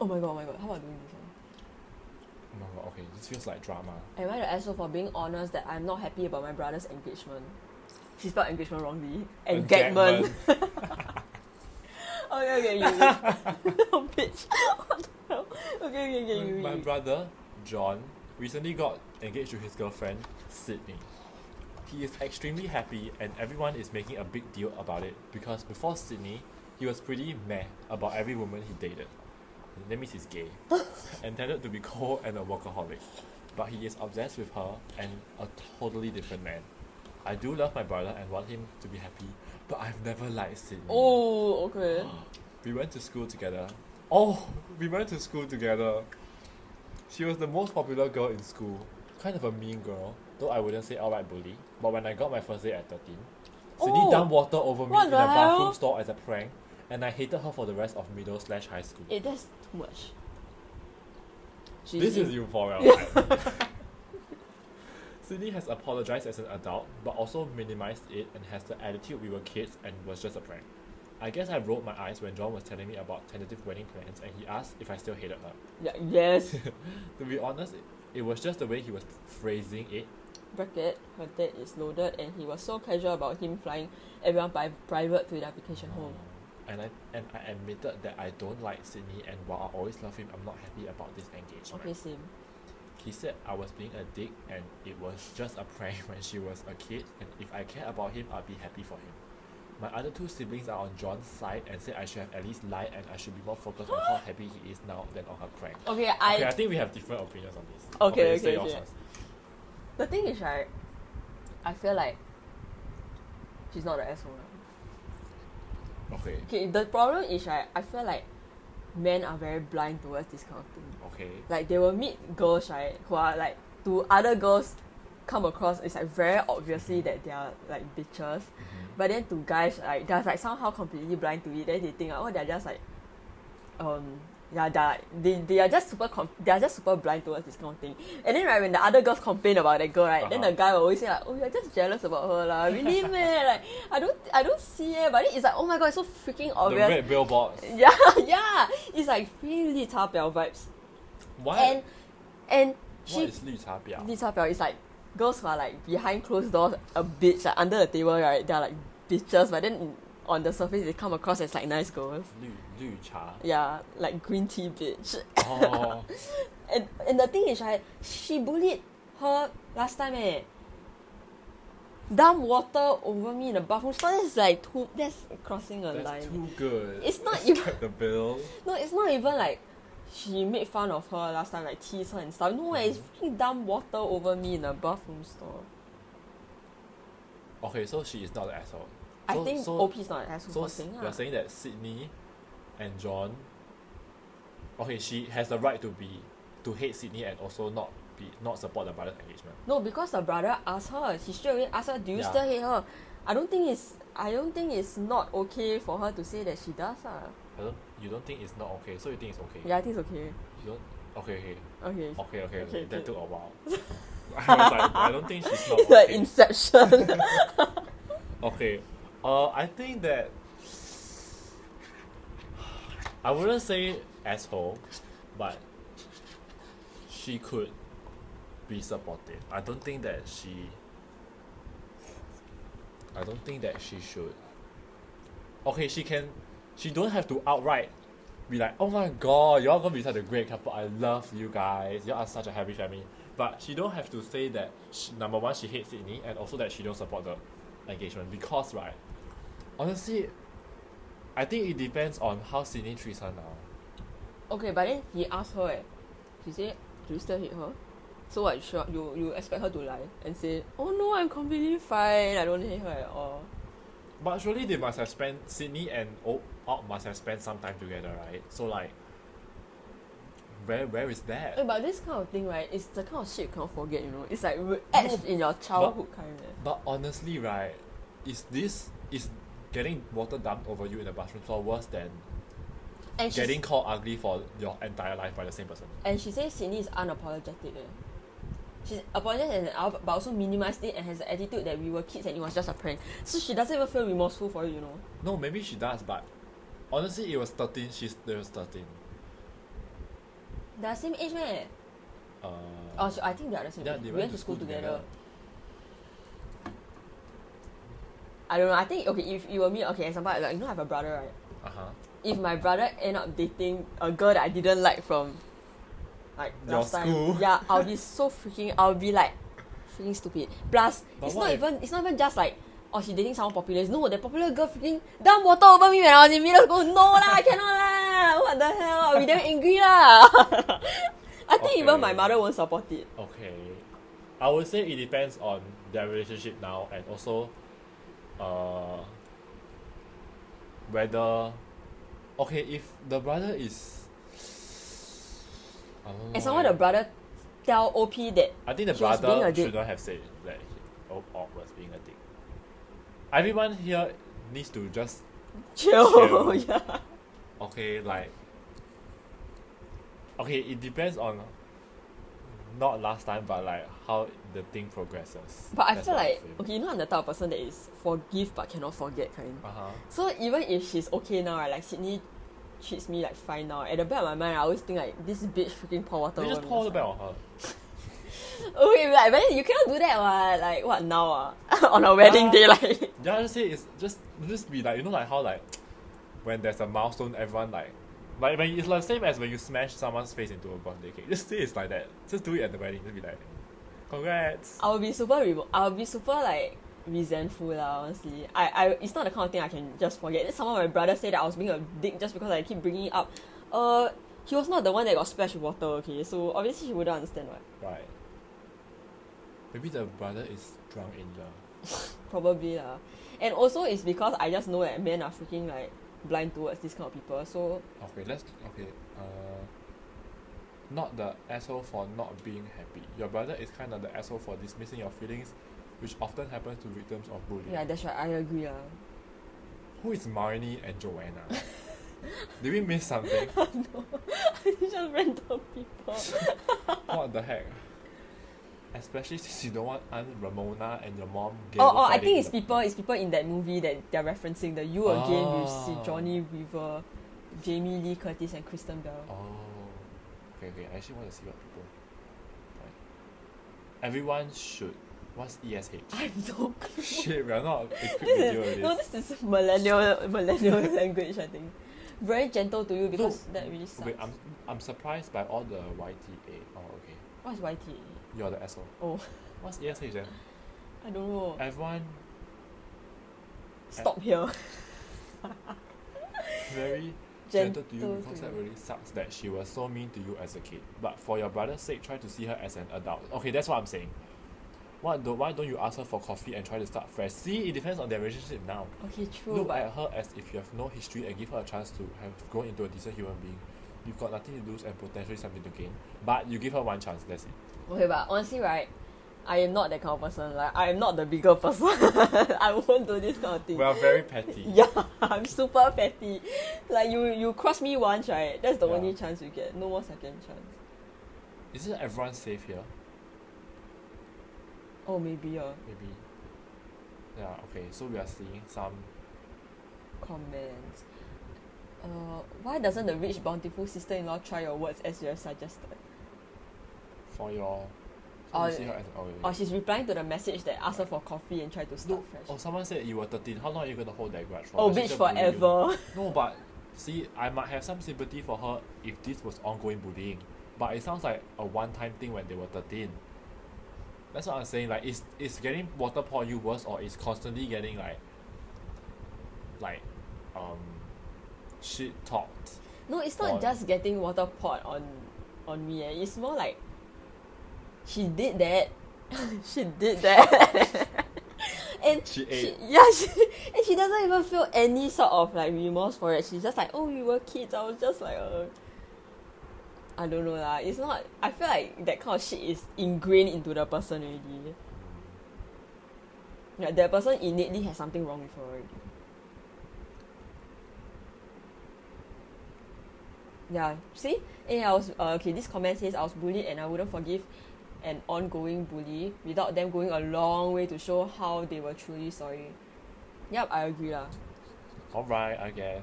Oh my god, oh my god. How about doing this one? No, but okay, this feels like drama. Am I the asshole for being honest that I'm not happy about my brother's engagement? She spelled engagement wrongly. Engagement. okay, okay, you. you. bitch. What the hell? Okay, okay, okay, you. Engagement. My you. brother, John, recently got engaged to his girlfriend, Sydney. He is extremely happy, and everyone is making a big deal about it because before Sydney, he was pretty meh about every woman he dated. That means he's gay and tended to be cold and a workaholic. But he is obsessed with her and a totally different man. I do love my brother and want him to be happy, but I've never liked Sydney. Oh, okay. We went to school together. Oh, we went to school together. She was the most popular girl in school. Kind of a mean girl, though I wouldn't say outright bully. But when I got my first date at 13, Sydney Oh, dumped water over me what in a the hell? bathroom stall as a prank, and I hated her for the rest of middle slash high school. It Eh, that's too much. She's This is in- euphoria. Sydney has apologized as an adult, but also minimized it and has the attitude we were kids and was just a prank. I guess I rolled my eyes when John was telling me about tentative wedding plans and he asked if I still hated her. yeah, yes. To be honest, it, it was just the way he was phrasing it. Bracket. Her dad is loaded, and he was so casual about him flying everyone by private to their vacation home. Um, And I and I admitted that I don't like Sydney and while I always love him, I'm not happy about this engagement. Okay, same. He said I was being a dick and it was just a prank when she was a kid, and if I care about him, I'd be happy for him. My other two siblings are on John's side and said I should have at least lied and I should be more focused on how happy he is now than on her prank. Okay, I. okay, I think we have different opinions on this. Okay, okay, say yours okay. first. The thing is, right, I feel like she's not the asshole. Okay, Okay, the problem is, right, I feel like men are very blind towards this kind of thing. okay. Like, they will meet girls, right, who are like, to other girls come across, it's like very obviously that they are like bitches. But then to guys, like, they're like somehow completely blind to it. Then they think, oh, they're just like, um, yeah, they're, like- they, they are just super com- they are just super blind towards this kind of thing. And then right when the other girls complain about that girl, right, then the Uh-huh. guy will always say like, oh, you're just jealous about her lah. Really man, like I don't I don't see it. But then it's like, oh my god, it's so freaking The obvious. red billboards. Yeah, yeah, it's like really 绿茶婊 vibes. What? And and she what is 绿茶婊?绿茶婊 is like girls who are like behind closed doors, a bitch like under the table, right? They're like bitches, but then in- on the surface they come across as like nice girls. 绿- 绿茶。 Yeah, like green tea bitch. Oh, And and the thing is, right, she bullied her last time, eh. Dump water over me in the bathroom. So that's like too. That's crossing a that's line. too good. It's not Let's even- cut the bill. No, it's not even like she made fun of her last time, like teased her and stuff. No, eh, it's Mm. freaking dump water over me in the bathroom store. Okay, so she is not an asshole. I So- think so- OP is not an asshole So for saying s- you're ah. saying that Sydney and John. Okay, she has the right to be to hate Sydney and also not be not support the brother's engagement. No, because the brother asked her. He straight away asked her, "Do you Yeah. still hate her?" I don't think it's. I don't think it's not okay for her to say that she does. Ah. I don't. You don't think it's not okay, so you think it's okay. Yeah, I think it's okay. You don't. Okay, okay, Okay. okay, okay. Okay, okay. That okay. took a while. I was like, I don't think she's not It's like okay. Inception. okay, uh, I think that I wouldn't say asshole, but she could be supportive. I don't think that she. I don't think that she should. Okay, she can. She don't have to outright be like, "Oh my god, y'all gonna be such a great couple. I love you guys. Y'all are such a happy family." But she don't have to say that. She, number one, she hates Sydney, and also that she don't support the engagement because right. Honestly, I think it depends on how Sydney treats her now. okay, but then he asked her. Eh. She said, "Do you still hate her?" So what? Sure, you you expect her to lie and say, "Oh no, I'm completely fine. I don't hate her at all." But surely they must have spent Sydney and O- Ott must have spent some time together, right? So like, where where is Eh, that? but this kind of thing, right? It's the kind of shit you cannot forget. You know, it's like etched in your childhood kind. Eh. But honestly, right, is this is getting water dumped over you in the bathroom so worse than And she's- getting called ugly for your entire life by the same person? And she says Sydney is unapologetic. Eh. She's apologetic and al- but also minimized it and has the attitude that we were kids and it was just a prank. So she doesn't even feel remorseful for it, you know. No, maybe she does, but honestly, it was thirteen. She's there was thirteen. They're same age, man. Uh, Oh, so I think they are the same yeah, age. they We went went to school together. together. I don't know. I think okay. If you were me, okay. Example, like you know, I have a brother, right? Uh huh. If my brother end up dating a girl that I didn't like from, like Your last time, school. yeah, I'll be so freaking. I'll be like, freaking stupid. Plus, But it's what not if- even. It's not even just like. Oh, she dating someone popular. It's, No, that popular girl freaking dump water over me when I was in middle school. No lah, I cannot lah. What the hell? I'll be damn angry lah. I think even Okay. my mother won't support it. Okay. I would say it depends on their relationship now and also uh whether okay if the brother is And somehow the brother tell OP that eh. I think the he was being a brother dick. should not have said that he- O- Op was being a dick. Everyone here needs to just chill. Chill. yeah. okay, like okay. It depends on not last time, but like how the thing progresses. But I That's feel what like okay, you know I'm the type of person that is forgive but cannot forget kind. Uh huh. So even if she's okay now, right, like Sydney treats me like fine now, at the back of my mind, I always think like this bitch freaking pour water. They just over me pour the last back on her. time. Oh wait, like, but then you cannot do that what like what now ah? on our wedding Ah. day like Yeah, just say it's just just be like you know like how like when there's a milestone, everyone like like when it's like same as when you smash someone's face into a birthday cake. Just say it's like that. Just do it at the wedding. Just be like, congrats. I'll be super re- I'll be super like resentful lah, honestly. I, I it's not the kind of thing I can just forget. Then someone my brother said that I was being a dick just because I keep bringing it up. Uh he was not the one that got splashed with water, okay? So obviously he wouldn't understand what. Right. Maybe the brother is drunk in love. Probably lah. And also it's because I just know that men are freaking like blind towards these kind of people. So Okay, let's okay. Uh, not the asshole for not being happy. Your brother is kind of the asshole for dismissing your feelings, which often happens to victims of bullying. yeah, that's right, I agree lah. Who is Marnie and Joanna? Did we miss something? no. just random people. What the heck? Especially since you don't want Aunt Ramona and your mom getting Oh, oh I think it's people it's people in that movie that they're referencing the you again with see Ah. Johnny Weaver, Jamie Lee Curtis and Kristen Bell. Oh. Okay, okay. I actually want to see what people. Right. Everyone should. What's ESH? I have no clue. Shit, we are not equipped This to deal is with no, this. this is millennial millennial language. I think very gentle to you because that really sucks. Wait, I'm I'm surprised by all the YTA. Oh, okay. What's YT? You're the asshole. Oh, What's ESH then? I don't know. Everyone Stop here. very gentle to you because that really sucks that she was so mean to you as a kid. But for your brother's sake, try to see her as an adult. Okay, that's what I'm saying. Why do why don't you ask her for coffee and try to start fresh? See, it depends on their relationship now. Okay, true. Look but at her as if you have no history and give her a chance to have grown into a decent human being. You've got nothing to lose and potentially something to gain. But you give her one chance, that's it. Okay, but honestly, right, I am not that kind of person. Like, I am not the bigger person. I won't do this kind of thing. We are very petty. yeah, I'm super petty. Like you, you cross me once, right? That's the Yeah. only chance you get. No more second chance. Isn't everyone safe here? Oh, maybe a Maybe. Yeah, okay, so we are seeing some comment. Uh, why doesn't the rich bountiful sister-in-law try your words as you have suggested? for your. So Oh, you see her as, oh, wait, wait. Or she's replying to the message that asked her for coffee and tried to start No, oh, fresh. someone said you were 13. How long are you going to hold that grudge for? Oh, Does bitch, she still bully you? forever. No, but see, I might have some sympathy for her if this was ongoing bullying. But it sounds like a one time thing when they were 13. That's what I'm saying. Like, is, is getting water poured you worse or is constantly getting, like, like, um, shit talked? No, it's not Or- just getting water poured on on me. Eh. It's more like she did that. she did that. and She she, ate. yeah, she, and she doesn't even feel any sort of like remorse for it. She's just like, oh, we were kids. I was just like, uh, I don't know lah. It's not. I feel like that kind of shit is ingrained into the person already. Like that person innately has something wrong with her already. Yeah, see? Eh, I was uh, okay, this comment says I was bullied and I wouldn't forgive an ongoing bully without them going a long way to show how they were truly sorry. Yup, I agree lah. Alright, I guess.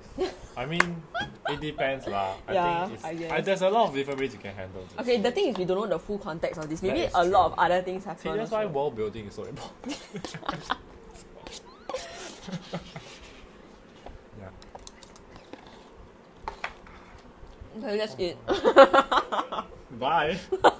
I mean, it depends, lah. I Yeah, think it's, I guess. I- there's a lot of different ways you can handle this. Okay, the thing is we don't know the full context of this. That Maybe a is lot of true. other things happen. See, that's why also. world building is so important. yeah. Okay, that's it. Bye.